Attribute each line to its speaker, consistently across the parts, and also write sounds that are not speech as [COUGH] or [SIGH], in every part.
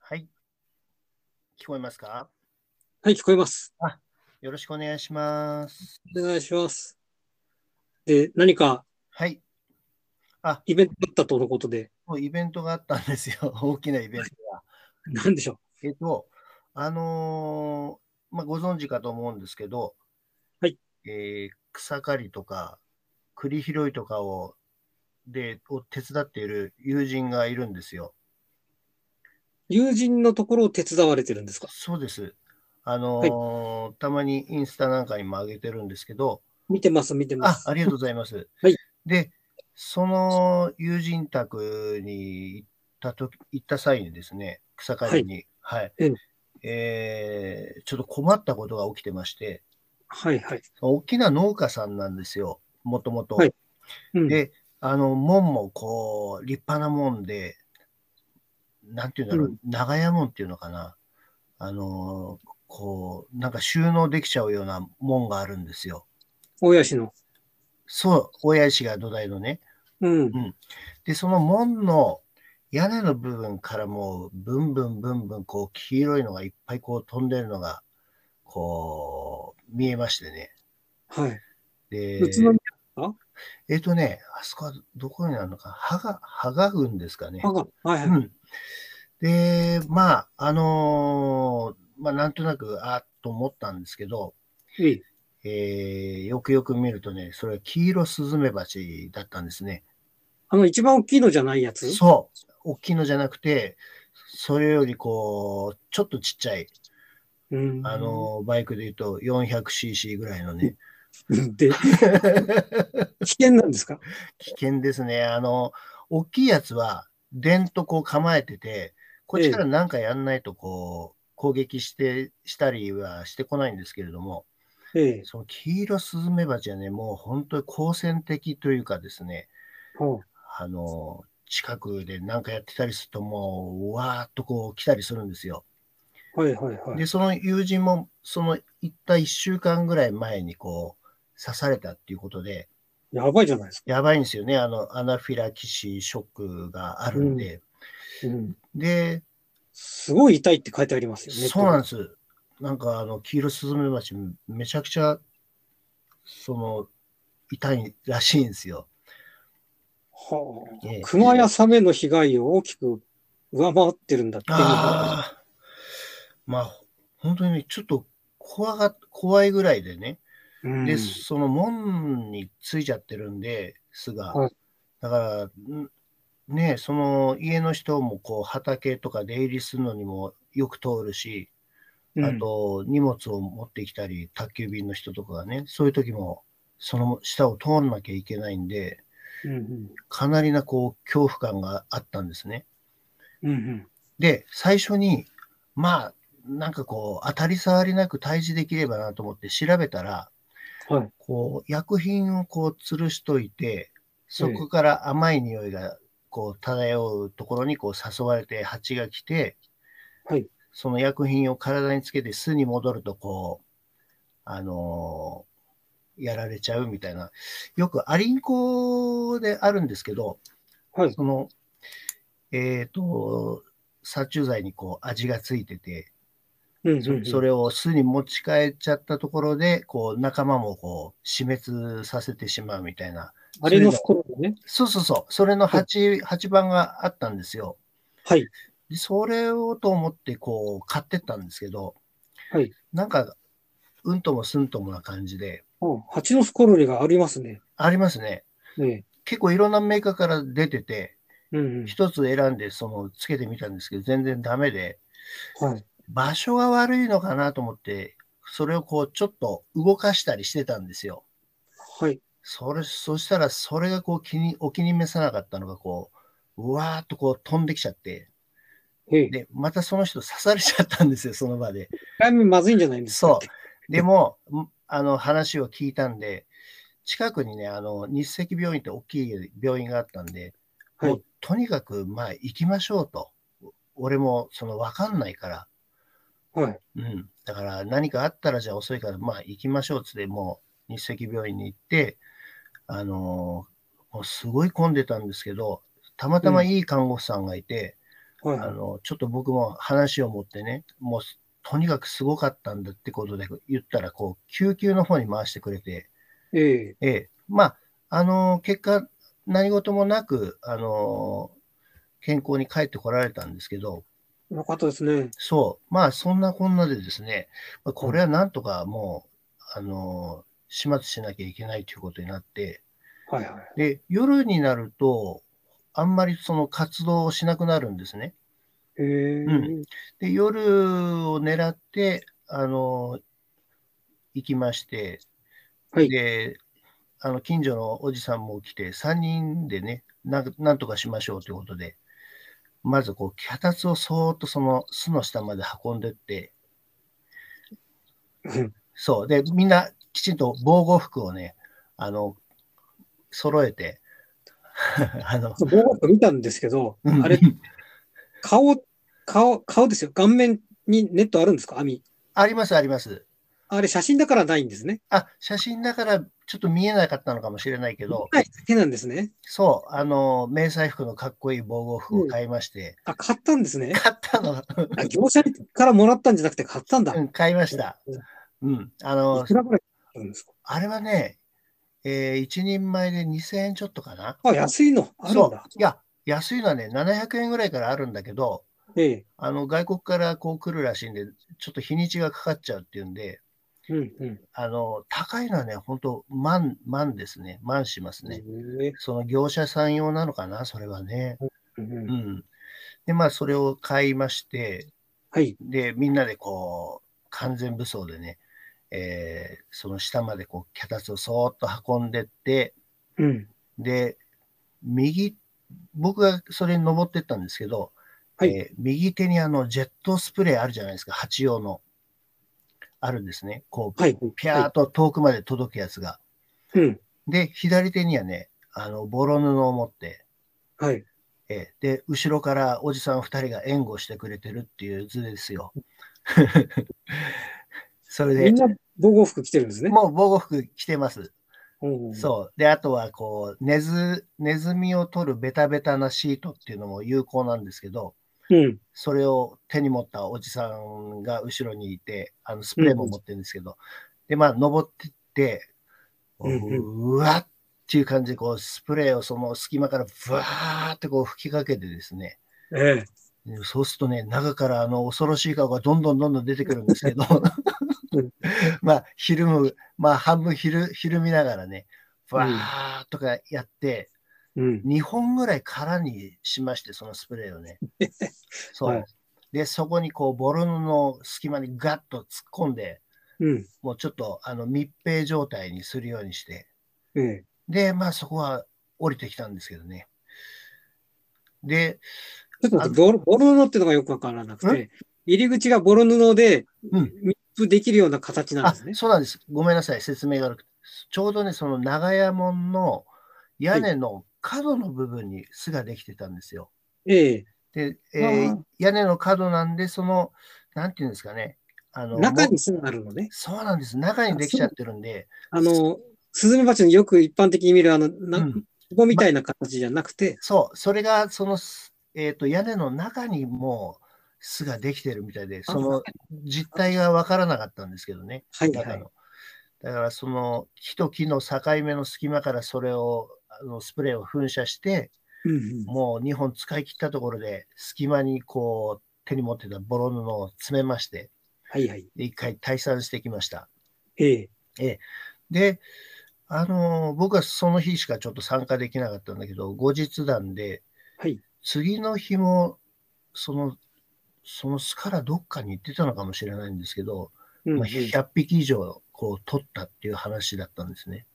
Speaker 1: はい。聞こえますか
Speaker 2: はい、聞こえます。
Speaker 1: よろしくお願いします。
Speaker 2: お願いします。で、何か
Speaker 1: はい。
Speaker 2: イベントだったとのことで、
Speaker 1: もうイベントがあったんですよ。 [LAUGHS] 大きなイベントが。
Speaker 2: 何でしょ
Speaker 1: えっと、あのーまあ、ご存知かと思うんですけど、
Speaker 2: はい。
Speaker 1: えー草刈りとか、栗拾いとかを、で、を手伝っている友人がいるんですよ。
Speaker 2: う。友人のところを手伝われてるんですか
Speaker 1: そうです。あのーたまにインスタなんかにも上げてるんですけど、
Speaker 2: 見てます、見てま
Speaker 1: あ、
Speaker 2: す。
Speaker 1: ありがとうございます。
Speaker 2: はい
Speaker 1: で、その友人宅に行ったとき、行った際にですね、草刈りに、はい、
Speaker 2: うん
Speaker 1: えーちょっと困ったことが起きてまして、
Speaker 2: はい、はい。
Speaker 1: 大きな農家さんなんですよ、もともと。
Speaker 2: はいうん、
Speaker 1: で、あの、門もこう、立派な門で、なんていうんだろう、
Speaker 2: う
Speaker 1: 長屋門っていうのかな。あのーこう、なんか収納できちゃうような門があるんですよ。
Speaker 2: 大谷氏の。
Speaker 1: そう、親父が土台のね。
Speaker 2: うん。
Speaker 1: で、その門の屋根の部分からもう、ブンブンブンブン、こう、黄色いのがいっぱいこう飛んでるのが、こう、見えましてね。
Speaker 2: はい。
Speaker 1: で、
Speaker 2: 宇都宮
Speaker 1: えっ、とね、あそこはどこになるのか、羽賀、羽賀郡ですかね。
Speaker 2: が、はい、
Speaker 1: う
Speaker 2: はい。
Speaker 1: ん。で、まあ、あのーまあ、なんとなく、あっと思ったんですけど、
Speaker 2: ええ
Speaker 1: えーよくよく見るとね、それは黄色スズメバチだったんですね。
Speaker 2: あの、一番大きいのじゃないやつ
Speaker 1: そう。大きいのじゃなくて、それよりこう、ちょっとちっちゃい、
Speaker 2: うん。
Speaker 1: あ、の、バイクで言うと 400cc ぐらいのね、
Speaker 2: [LAUGHS] で、危険なんですか
Speaker 1: [LAUGHS] 危険ですね。あの、大きいやつは、でんとこう構えてて、こっちからなんかやんないとこう、攻撃して、したりはしてこないんですけれども、
Speaker 2: ええ。
Speaker 1: その黄色スズメバチはね、もう本当に好戦的というかですね、
Speaker 2: は
Speaker 1: あの、近くでなんかやってたりするともう、うわーっとこう来たりするんですよ。
Speaker 2: あはい、はい、はい。
Speaker 1: で、その友人も、その行った1週間ぐらい前にこう、刺されたっていうことで、
Speaker 2: やばいじゃないです
Speaker 1: やばいんですよね。あの、アナフィラキシーショックがあるんで。
Speaker 2: か。うん。
Speaker 1: で、
Speaker 2: すごい痛いって書いてありますよね。
Speaker 1: そうなんで
Speaker 2: で
Speaker 1: す。なんか、あの、黄色スズメバチ、めちゃくちゃ、その、痛いらしいんですよ。
Speaker 2: す。はあ。
Speaker 1: ええ
Speaker 2: [LAUGHS] 熊やサメの被害を大きく上回ってるんだって。
Speaker 1: ああ。まあ、本当にね、ちょっと怖が、怖いぐらいでね。
Speaker 2: うん
Speaker 1: で、その門についちゃってるんで、巣が。
Speaker 2: はい
Speaker 1: だから、んねその家の人もこう畑とか出入りするのにもよく通るし、あと荷物を持ってきたり、宅急便の人とかがね、そういう時もその下を通んなきゃいけないんで、
Speaker 2: うんうん
Speaker 1: かなりなこう恐怖感があったんですね。
Speaker 2: うんうん
Speaker 1: で、最初に、まあ、なんかこう、当たり障りなく退治できればなと思って調べたら、
Speaker 2: はい
Speaker 1: こう、薬品をこう、吊るしといて、そこから甘い匂いが、こう、漂うところにこう、誘われて蜂が来て、
Speaker 2: はい
Speaker 1: その薬品を体につけて巣に戻ると、こう、あのーやられちゃうみたいな。よくアリンコであるんですけど、
Speaker 2: はい
Speaker 1: その、えっ、と、殺虫剤にこう味がついてて、
Speaker 2: うん
Speaker 1: そ
Speaker 2: うん
Speaker 1: それを巣に持ち帰っちゃったところで、こう仲間もこう死滅させてしまうみたいな。
Speaker 2: あれの袋がね。
Speaker 1: そうそうそう。それの8、八番があったんですよ。
Speaker 2: はい。
Speaker 1: でそれをと思ってこう買ってったんですけど、
Speaker 2: はい
Speaker 1: なんか、うんともすんともな感じで、
Speaker 2: うん蜂の袋類がありますね。
Speaker 1: ありますね。
Speaker 2: ね
Speaker 1: 結構いろんなメーカーから出てて、
Speaker 2: うん
Speaker 1: 一つ選んでそのつけてみたんですけど、全然ダメで、
Speaker 2: うん。はい。
Speaker 1: 場所が悪いのかなと思って、それをこうちょっと動かしたりしてたんですよ。
Speaker 2: はい。
Speaker 1: それ、そしたらそれがこう気に、お気に召さなかったのがこう、うわーっとこう飛んできちゃって、
Speaker 2: ええ。
Speaker 1: で、またその人刺されちゃったんですよ、その場で。
Speaker 2: 早めまずいんじゃないんですか
Speaker 1: そ。う。でも、んあの話を聞いたんで、近くにね、あの、日赤病院って大きい病院があったんで、
Speaker 2: はい
Speaker 1: もうとにかく、まあ行きましょうと。俺もそのわかんないから、
Speaker 2: はい。
Speaker 1: うん、だから何かあったらじゃあ遅いから、まあ行きましょうっつって、もう日赤病院に行って、あのーもうすごい混んでたんですけど、たまたまいい看護婦さんがいて、
Speaker 2: はい
Speaker 1: あ
Speaker 2: はい。
Speaker 1: の、ちょっと僕も話を持ってね、もうす、とにかくすごかったんだってことで言ったら、こう、救急の方に回してくれて、
Speaker 2: ええ
Speaker 1: ええ、まあ、あの、結果、何事もなく、あの、健康に帰ってこられたんですけど、
Speaker 2: よかったですね。
Speaker 1: そう、まあ、そんなこんなでですね、まあこれはなんとかもう、あの、始末しなきゃいけないということになって、
Speaker 2: はいはい。
Speaker 1: で、夜になると、あんまりその活動をしなくなるんですね。
Speaker 2: ええ
Speaker 1: んで、夜を狙って、あの、行きまして、
Speaker 2: はい
Speaker 1: で、あの、近所のおじさんも来て、3人でね、なんなんとかしましょうということで、まずこう、脚立をそーっとその巣の下まで運んでって、
Speaker 2: うん
Speaker 1: そう。で、みんなきちんと防護服をね、あの、揃えて、 [LAUGHS] あの、
Speaker 2: そう、僕見たんですけど、
Speaker 1: うん
Speaker 2: あれ、顔、顔、顔ですよ。顔面にネットあるんですか網。
Speaker 1: ありますあります。
Speaker 2: あれ、写真だからないんですね。
Speaker 1: あ、写真だからちょっと見えなかったのかもしれないけど、
Speaker 2: はい。手なんですね。
Speaker 1: そう、あの、迷彩服のかっこいい防護服を買いまして、
Speaker 2: あ、買ったんですね。
Speaker 1: 買ったの、
Speaker 2: あ業者からもらったんじゃなくて買ったんだ
Speaker 1: う。ん、買いました。うん。あの
Speaker 2: い、くらぐらいあるんですか
Speaker 1: あれはね、えー、1人前で2000円ちょっとかな。
Speaker 2: あ、安いの。ある
Speaker 1: そ
Speaker 2: ん
Speaker 1: う
Speaker 2: だ。。
Speaker 1: いや、安いのはね、700円ぐらいからあるんだけど、
Speaker 2: ええ。
Speaker 1: あの、外国からこう来るらしいんで、ちょっと日にちがかかっちゃうっていうんで、
Speaker 2: うんうん。
Speaker 1: あの、高いのはね、本当万、万ですね。万しますね。
Speaker 2: ええ
Speaker 1: その業者さん用なのかな、それはね。
Speaker 2: うん
Speaker 1: う
Speaker 2: うん
Speaker 1: ん。で、まあ、それを買いまして、
Speaker 2: はい。
Speaker 1: で、みんなでこう、完全武装でね、えーその下までこう、脚立をそーっと運んでって、
Speaker 2: うん。
Speaker 1: で、右、僕がそれに登ってったんですけど、
Speaker 2: はい
Speaker 1: えー右手にあのジェットスプレーあるじゃないですか、蜂用の。あるんですね。こう、
Speaker 2: はい。
Speaker 1: ピャーっと遠くまで届くやつが。
Speaker 2: うん。
Speaker 1: で、左手にはね、あの、ボロ布を持って、
Speaker 2: はい。
Speaker 1: えーで、後ろからおじさん二人が援護してくれてるっていう図です
Speaker 2: [LAUGHS]
Speaker 1: よ。それ
Speaker 2: み
Speaker 1: で
Speaker 2: ん、な防護服着てるんですね。
Speaker 1: もう防護服着てます。
Speaker 2: うん
Speaker 1: そう。で、あとは、こう、ネズ、ネズミを取るベタベタなシートっていうのも有効なんですけど、
Speaker 2: うん。
Speaker 1: それを手に持ったおじさんが後ろにいて、あの、スプレーも持ってるんですけど、で、まあ、登ってって、
Speaker 2: うんうん
Speaker 1: うわっっていう感じで、こう、スプレーをその隙間からブワーってこう吹きかけてですね、
Speaker 2: ええ。
Speaker 1: そうするとね、中からあの恐ろしい顔がどんどんどんどん出てくるんです
Speaker 2: [LAUGHS]
Speaker 1: けど
Speaker 2: うん、
Speaker 1: まあ、ひるむ、まあ、半分ひる、ひるみながらね、バーッとかやって、
Speaker 2: うん。
Speaker 1: 2本ぐらい空にしまして、そのスプレーを
Speaker 2: [LAUGHS]
Speaker 1: ね。そう。
Speaker 2: はい
Speaker 1: で、そこにこう、ボロ布の隙間にガッと突っ込んで、
Speaker 2: うん。
Speaker 1: もうちょっとあの密閉状態にするようにして、
Speaker 2: ええ。
Speaker 1: で、まあ、そこは降りてきたんですけどね。で、
Speaker 2: ちょっと待ってボロ、ボロ布っていうのがよくわからなくて、入り口がボロ布で
Speaker 1: うん
Speaker 2: 密封できるような形なん
Speaker 1: あ
Speaker 2: ですね。
Speaker 1: そうなんです。ごめんなさい、説明が悪くて。ちょうどね、その長屋門の屋根の角の部分に巣ができてたんですよ。
Speaker 2: ええ。
Speaker 1: で、え
Speaker 2: あ
Speaker 1: ー
Speaker 2: ー
Speaker 1: 屋根の角なんで、その、なんていうんですかね。あの
Speaker 2: 中
Speaker 1: も
Speaker 2: に巣があるのね。
Speaker 1: そうなんです。中にできちゃってるんで、
Speaker 2: あの、スズメバチのよく一般的に見るあの、
Speaker 1: う
Speaker 2: な、
Speaker 1: ん、
Speaker 2: 壺みたいな形じゃなくて、
Speaker 1: そう、それが、その、すえっ、と、屋根の中にもう巣ができてるみたいで、その実態が分からなかったんですけどね。
Speaker 2: はいは
Speaker 1: 中
Speaker 2: い。
Speaker 1: の。だからその木と木の境目の隙間からそれをあのスプレーを噴射して
Speaker 2: うんうん
Speaker 1: もう2本使い切ったところで隙間にこう手に持ってたボロ布を詰めまして
Speaker 2: はいはい。
Speaker 1: で一回退散してきました。
Speaker 2: ええ。
Speaker 1: であのー僕はその日しかちょっと参加できなかったんだけど後日談で
Speaker 2: はい。
Speaker 1: 次の日もそのその巣からどっかに行ってたのかもしれないんですけど、
Speaker 2: うんうん
Speaker 1: まあ、100匹以上こう取ったっていう話だったんですね。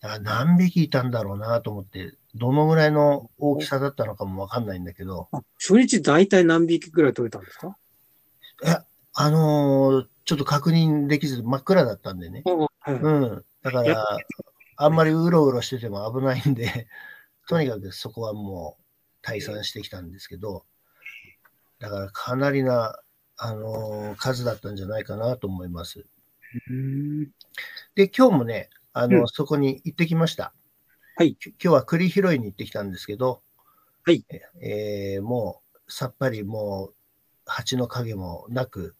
Speaker 1: だから何匹いたんだろうなと思って、どのぐらいの大きさだったのかもわかんないんだけど、
Speaker 2: あ初日大体何匹ぐらい取れたんですか
Speaker 1: あのーちょっと確認できず真っ暗だったんでね。
Speaker 2: はいは
Speaker 1: うん。だから、あんまりうろうろしてても危ないんで、 [LAUGHS] とにかくそこはもう退散してきたんですけど、だからかなりな、あのー数だったんじゃないかなと思います。
Speaker 2: い。うん
Speaker 1: で、今日もね、あの、
Speaker 2: うん
Speaker 1: そこに行ってきました。
Speaker 2: はい
Speaker 1: き。今日は栗拾いに行ってきたんですけど、
Speaker 2: はい。
Speaker 1: えーもう、さっぱりもう、蜂の影もなく、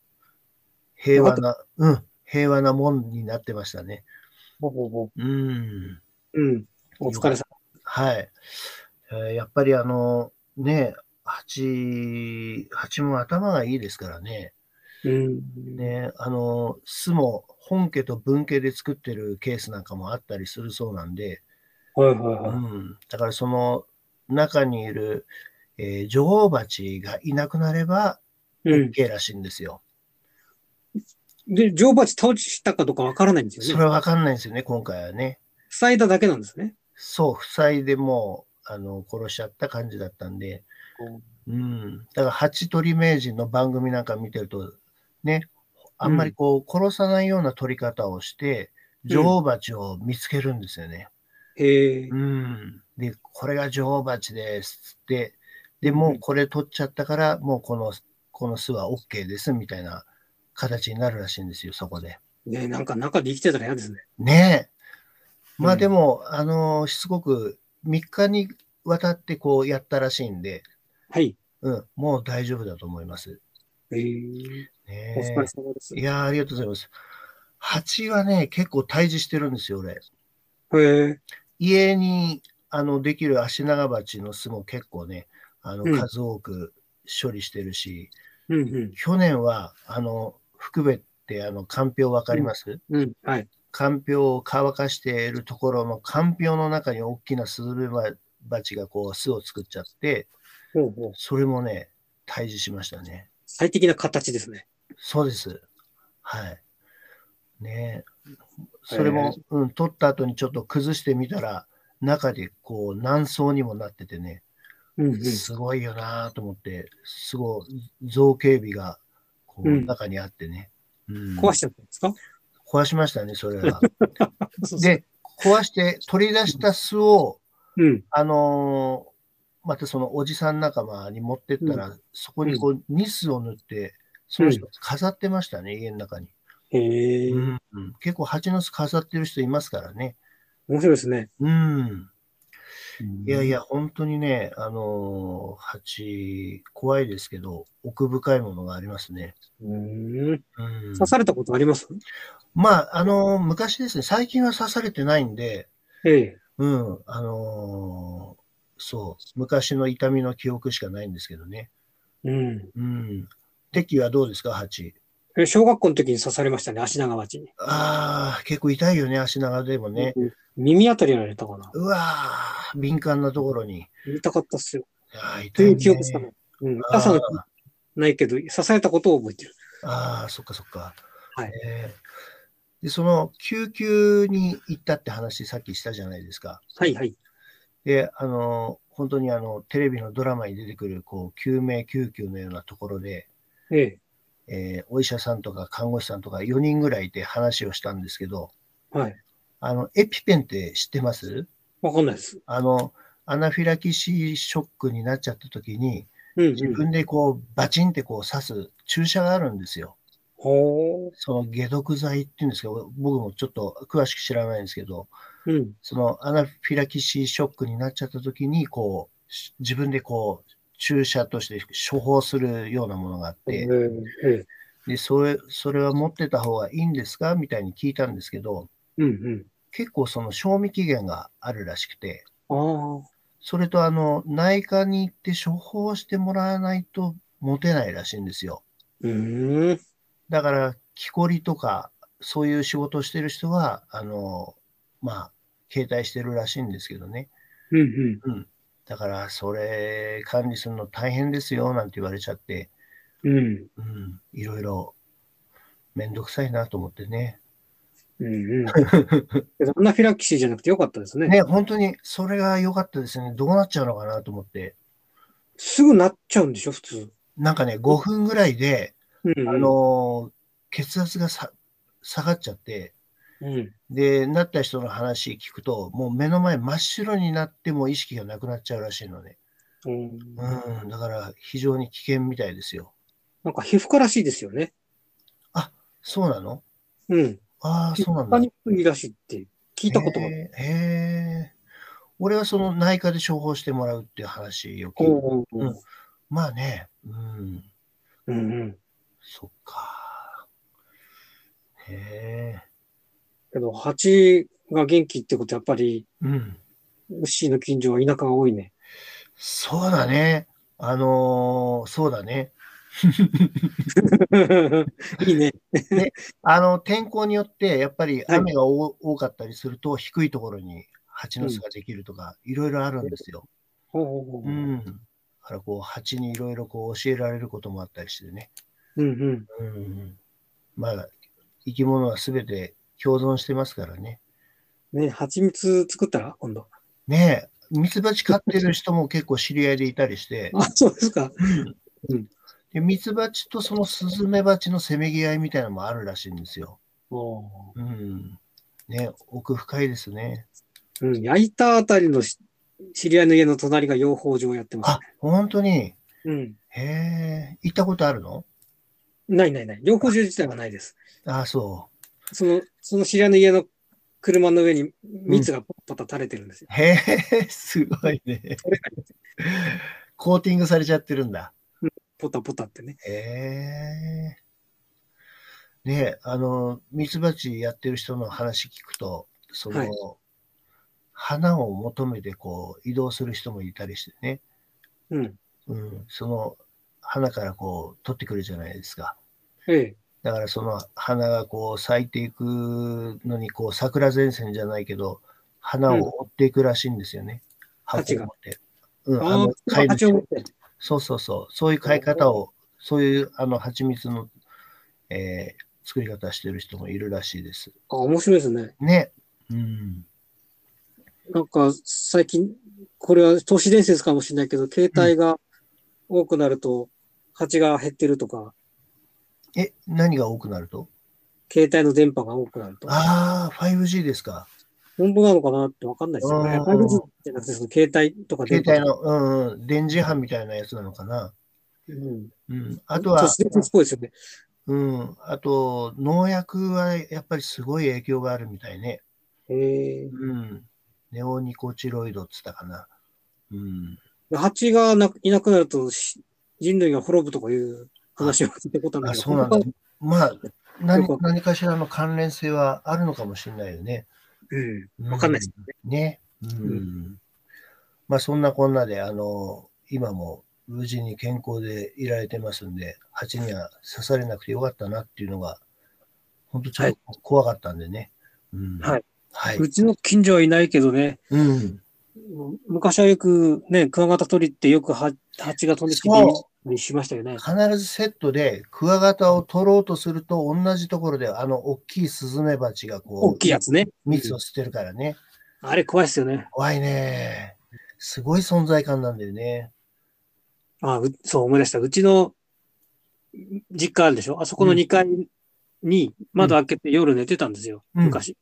Speaker 1: 平和な、うん、平和なもんになってましたね。
Speaker 2: ほぼぼ。
Speaker 1: うん。
Speaker 2: うん。お疲れ様。
Speaker 1: はい。えーやっぱりあの、ね、蜂、蜂も頭がいいですからね。
Speaker 2: うん。
Speaker 1: ね、あの、巣も本家と分家で作ってるケースなんかもあったりするそうなんで、
Speaker 2: はいはいうは
Speaker 1: ん、だからその中にいる、えー女王蜂がいなくなれば
Speaker 2: い。うん。
Speaker 1: OK らしいんですよ。
Speaker 2: で、女王蜂倒したかどうかわからないんです
Speaker 1: そ
Speaker 2: よ
Speaker 1: れ
Speaker 2: ね。
Speaker 1: は分かんないんですよね、今回はね。
Speaker 2: 塞いだだけなんですね。
Speaker 1: そう、塞いでもうあの殺しちゃった感じだったんで、うん、だから蜂鳥名人の番組なんか見てると、ね、あんまりこう殺さないような取り方をして、
Speaker 2: ん
Speaker 1: 女王蜂を見つけるんですよね。
Speaker 2: へえ。
Speaker 1: うん、で、これが女王蜂ですって、でも
Speaker 2: う
Speaker 1: うんこれ取っちゃったから、もうこのこの巣は OK ですみたいな形になるらしいんですよ、そこで。
Speaker 2: ねなんか中で生きてたら嫌ですね。
Speaker 1: ねえ。まあ
Speaker 2: うん
Speaker 1: でも、あのしつこく3日にわたってこうやったらしいんで、
Speaker 2: はい。
Speaker 1: うん、もう大丈夫だと思います。
Speaker 2: へえ。お
Speaker 1: ね
Speaker 2: 疲れ様です。
Speaker 1: え。い
Speaker 2: へ
Speaker 1: やあ、ありがとうございます。蜂はね、結構退治してるんですよ、俺。
Speaker 2: え。
Speaker 1: 家にあのできる足長鉢の巣も結構ね、あの
Speaker 2: うん
Speaker 1: 数多く処理してるし、
Speaker 2: うんうん。
Speaker 1: 去年はあの福部ってあのかんぴょうわかります、
Speaker 2: うん。はい。
Speaker 1: かんぴょうを乾かしているところのかんぴょうの中に大きなスズメバチがこう巣を作っちゃって、
Speaker 2: ほうほう。
Speaker 1: それもね、退治しましたね。
Speaker 2: 最適な形ですね。
Speaker 1: そうです。はい。ねえ
Speaker 2: へえ
Speaker 1: それも、うん、取った後にちょっと崩してみたら、中でこう何層にもなっててね、
Speaker 2: うんうん。
Speaker 1: すごいよなぁと思って、すごい造形美がこう
Speaker 2: うん
Speaker 1: 中にあってね、うん
Speaker 2: 壊しちゃったんです [LAUGHS] か
Speaker 1: 壊しましたね、それ [LAUGHS] は。
Speaker 2: そうそう
Speaker 1: で、壊して取り出した巣を、
Speaker 2: うん。
Speaker 1: あのーまたそのおじさん仲間に持ってったら、そこにこうニスを塗って、その人飾ってましたね、家の中に、
Speaker 2: へえ
Speaker 1: う。んうん結構蜂の巣飾ってる人いますからね。
Speaker 2: 面白いですね。
Speaker 1: うん。いやい
Speaker 2: や。
Speaker 1: や、本当にね、あのー蜂、怖いですけど、奥深いものがありますね。
Speaker 2: うん。
Speaker 1: うん
Speaker 2: 刺されたことあります
Speaker 1: まあ、あのー昔ですね、最近は刺されてないんで、
Speaker 2: ええ。
Speaker 1: うん、あのーそう、昔の痛みの記憶しかないんですけどね。
Speaker 2: うん。
Speaker 1: うん。敵はどうですか、蜂。
Speaker 2: え小学校の時に刺されましたね、足長町に。
Speaker 1: ああ、結構痛いよね、足長でもね。
Speaker 2: うん耳あたりやられたかな。
Speaker 1: うわー、敏感なところに。
Speaker 2: 痛かったっすよ。
Speaker 1: あー痛
Speaker 2: とい
Speaker 1: いう
Speaker 2: 記
Speaker 1: ね
Speaker 2: 憶ですかね。うん。
Speaker 1: あー
Speaker 2: 痛さはないけど、刺されたことを覚えてる。
Speaker 1: ああ、そっかそっか。
Speaker 2: はい
Speaker 1: えーで、その、救急に行ったって話、さっきしたじゃないですか。
Speaker 2: はいはい。
Speaker 1: で、あの、本当にあの、テレビのドラマに出てくる、こう、救命救急のようなところで、
Speaker 2: ええ。
Speaker 1: えーお医者さんとか看護師さんとか4人ぐらいいて話をしたんですけど、
Speaker 2: はい。
Speaker 1: あの、エピペンって知ってます
Speaker 2: わかんないです。
Speaker 1: あの、アナフィラキシーショックになっちゃった時に、
Speaker 2: うん、
Speaker 1: 自
Speaker 2: うん。
Speaker 1: 分でこう、バチンってこう刺す注射があるんですよ。
Speaker 2: ほ
Speaker 1: その解毒剤っていうんですけど、僕もちょっと詳しく知らないんですけど、
Speaker 2: う。うん。
Speaker 1: そのアナフィラキシーショックになっちゃった時に、こう、し自分でこう、注射として処方するようなものがあっ
Speaker 2: ええ
Speaker 1: て、
Speaker 2: ええ。
Speaker 1: で、それ、それは持ってた方がいいんですかみたいに聞いたんですけど、
Speaker 2: うん
Speaker 1: 結構その賞味期限があるらしくて、
Speaker 2: うん。ああ。
Speaker 1: それとあの、内科に行って処方してもらわないと持てないらしいんですよ。
Speaker 2: うーん。
Speaker 1: だから、木こりとか、そういう仕事をしてる人は、あの、まあ、携帯してるらしいんですけどね。
Speaker 2: うんうん。
Speaker 1: だから、それ、管理するの大変ですよ、なんて言われちゃって、
Speaker 2: うん。
Speaker 1: うん、いろいろ、めんどくさいなと思ってね。
Speaker 2: うんうん。 [LAUGHS] けどアナフィラキシーじゃなくてよかったですね。
Speaker 1: ね、本当に、それが良かったですね。どうなっちゃうのかなと思って。
Speaker 2: すぐなっちゃうんでしょ、普通。
Speaker 1: なんかね、5分ぐらいで、
Speaker 2: うん、う
Speaker 1: あ
Speaker 2: ん。、
Speaker 1: の、血圧がさ下がっちゃって、
Speaker 2: うん。
Speaker 1: で、なった人の話聞くと、もう目の前真っ白になっても意識がなくなっちゃうらしいので、
Speaker 2: うん、
Speaker 1: うん、だから非常に危険みたいですよ。
Speaker 2: なんか皮膚科らしいですよね。
Speaker 1: そうなの
Speaker 2: うん。
Speaker 1: ああ、そうなんだ。
Speaker 2: 他にいいらしいって聞いたことがある。
Speaker 1: へえへえ俺はその内科で処方してもらうっていう話を聞いて、
Speaker 2: おうおうおう
Speaker 1: まあね、うん、
Speaker 2: うんうん。
Speaker 1: そっか。へえ。
Speaker 2: けど、蜂が元気ってことはやっぱり、
Speaker 1: うん。
Speaker 2: ウッシーの近所は田舎が多い [LAUGHS] ね。
Speaker 1: そうだね。あのーそうだね。
Speaker 2: いいね。
Speaker 1: あの、天候によって、やっぱり
Speaker 2: はい
Speaker 1: 雨が多多かったりすると、低いところに蜂の巣ができるとか、いろいろあるんですよ。
Speaker 2: ほうほうほう
Speaker 1: うん。だから、こう、蜂にいろいろこう教えられることもあったりしてね。
Speaker 2: うんうん。
Speaker 1: うん。まあ、生き物はすべて共存してますからね。
Speaker 2: ね、蜂蜜作ったら今度。
Speaker 1: ねえ、ミツバチ飼ってる人も結構知り合いでいたりして、
Speaker 2: あ、そうですか。
Speaker 1: でミツバチとそのスズメバチのせめぎ合いみたいなのもあるらしいんですよ。
Speaker 2: おー
Speaker 1: うん。ね、奥深いですね。
Speaker 2: うん、焼いたあたりのし知り合いの家の隣が養蜂場やってます
Speaker 1: あ。、本当に。
Speaker 2: うん。
Speaker 1: へえ、行ったことあるの
Speaker 2: ないないない。養蜂場自体はないです。
Speaker 1: あ、そ
Speaker 2: その、その知り合いの家の車の上に蜜がパタパタ垂れてるんですよ。
Speaker 1: う。へえ、すごいね。
Speaker 2: 取れないです
Speaker 1: コーティングされちゃってるんだ。
Speaker 2: ポタポタってね。
Speaker 1: へえ。ねあの、ミツバチやってる人の話聞くと、その、
Speaker 2: はい
Speaker 1: 花を求めてこう移動する人もいたりしてね、
Speaker 2: うん。
Speaker 1: うん、その花からこう取ってくるじゃないですか。
Speaker 2: ええ。
Speaker 1: だからその花がこう咲いていくのにこう桜前線じゃないけど花を追っていくらしいんですよね。
Speaker 2: 蜂
Speaker 1: 箱を
Speaker 2: が
Speaker 1: 持って。うん、あ
Speaker 2: あ
Speaker 1: の
Speaker 2: あ、
Speaker 1: 飼い
Speaker 2: 蜂を持
Speaker 1: 主
Speaker 2: って。
Speaker 1: そうそうそう。そういう飼い方を、そういうあの蜂蜜の、えー作り方してる人もいるらしいです。
Speaker 2: あ、面白いですね。
Speaker 1: ね。うん。
Speaker 2: なんか、最近、これは都市伝説かもしれないけど、携帯が多くなると、蜂が減ってるとか、
Speaker 1: え、何が多くなると
Speaker 2: 携帯の電波が多くなるとか。
Speaker 1: ああ、5G ですか。
Speaker 2: 本当なのかなってわかんないですよね。
Speaker 1: うん
Speaker 2: 5G じゃなくて、その携帯とか電
Speaker 1: 携
Speaker 2: 波
Speaker 1: 帯の、うんうん、電磁波みたいなやつなのかな。
Speaker 2: うん。
Speaker 1: うん。あとは
Speaker 2: 都、市伝説っぽいですよね。
Speaker 1: うん。あと、農薬はやっぱりすごい影響があるみたいね。
Speaker 2: へ
Speaker 1: うん。ネオニコチロイドっつったかな。うん。
Speaker 2: え。蜂がなくいなくなるとし、人類が滅ぶとかいう話を聞いたことある
Speaker 1: あ、
Speaker 2: けど
Speaker 1: そうなんだ
Speaker 2: 本。
Speaker 1: まあ、何
Speaker 2: よく
Speaker 1: 何かしらの関連性はあるのかもしれないよね。
Speaker 2: 当うん。
Speaker 1: う
Speaker 2: わかんないですよね。
Speaker 1: ね。うん。
Speaker 2: う
Speaker 1: まあ、そんなこんなで、あの、今も無事に健康でいられてますんで、蜂には刺されなくてよかったなっていうのが、本当ちょっと怖かったんでね。うん。
Speaker 2: はい。
Speaker 1: はい。
Speaker 2: うちの近所はいないけどね、
Speaker 1: うん。
Speaker 2: 昔はよくね、クワガタ取りってよくは蜂が飛んできて
Speaker 1: そ
Speaker 2: 見しましたよね。
Speaker 1: 必ずセットでクワガタを取ろうとすると同じところであの大きいスズメバチがこう
Speaker 2: 大きいやつね。
Speaker 1: 蜜を吸ってるからね。
Speaker 2: あれ怖いですよね。
Speaker 1: 怖いね。すごい存在感なんだよね。
Speaker 2: あうそう思い出した。うちの実家あるでしょあそこの2階に窓開けて夜寝てたんですよ。
Speaker 1: うん
Speaker 2: 昔。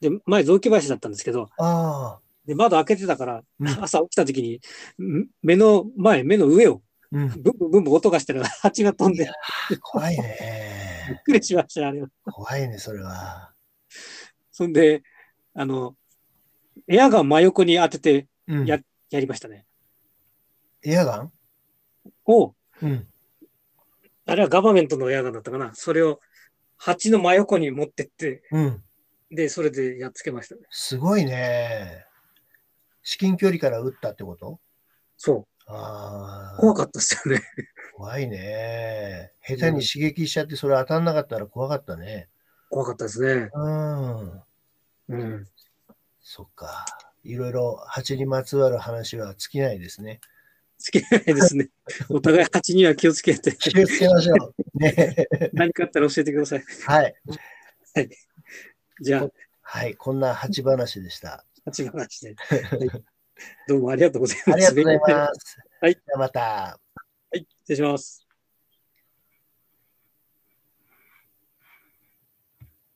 Speaker 2: で、前雑木林だったんですけど、
Speaker 1: ああ。
Speaker 2: で、窓開けてたから、
Speaker 1: うん
Speaker 2: 朝起きた時に、ん目の前、目の上を、
Speaker 1: うん。
Speaker 2: ブンブンブンブン音がしてる蜂が飛んで、
Speaker 1: 怖い
Speaker 2: びっ
Speaker 1: ね。
Speaker 2: くりしました、あれは。
Speaker 1: 怖いね、それは。
Speaker 2: そんで、あの、エアガン真横に当てて
Speaker 1: うん。
Speaker 2: ややりましたね。
Speaker 1: エアガン
Speaker 2: を、
Speaker 1: うん。
Speaker 2: あれはガバメントのエアガンだったかな。それを、蜂の真横に持ってって、
Speaker 1: うん。
Speaker 2: で、それでやっつけましたね。
Speaker 1: すごいね。至近距離から撃ったってこと
Speaker 2: そう。
Speaker 1: あ
Speaker 2: 怖
Speaker 1: あ。
Speaker 2: かったですよね。
Speaker 1: 怖いね。下手に刺激しちゃって、それ当たんなかったら怖かったね。
Speaker 2: 怖かったですね。
Speaker 1: うん。
Speaker 2: うん。
Speaker 1: そっか。いろいろ蜂にまつわる話は尽きないですね。
Speaker 2: つけないです [LAUGHS] ね。お互い蜂には気をつけて、
Speaker 1: 気をつけましょう。ね。
Speaker 2: 何かあったら教えてください。
Speaker 1: はい。
Speaker 2: じゃあ、
Speaker 1: はい。こんな蜂話でした。
Speaker 2: 蜂の話で。はいどうもありがとうございます。
Speaker 1: ありがとうございます。
Speaker 2: はい
Speaker 1: じゃあまた。
Speaker 2: はい、失礼します。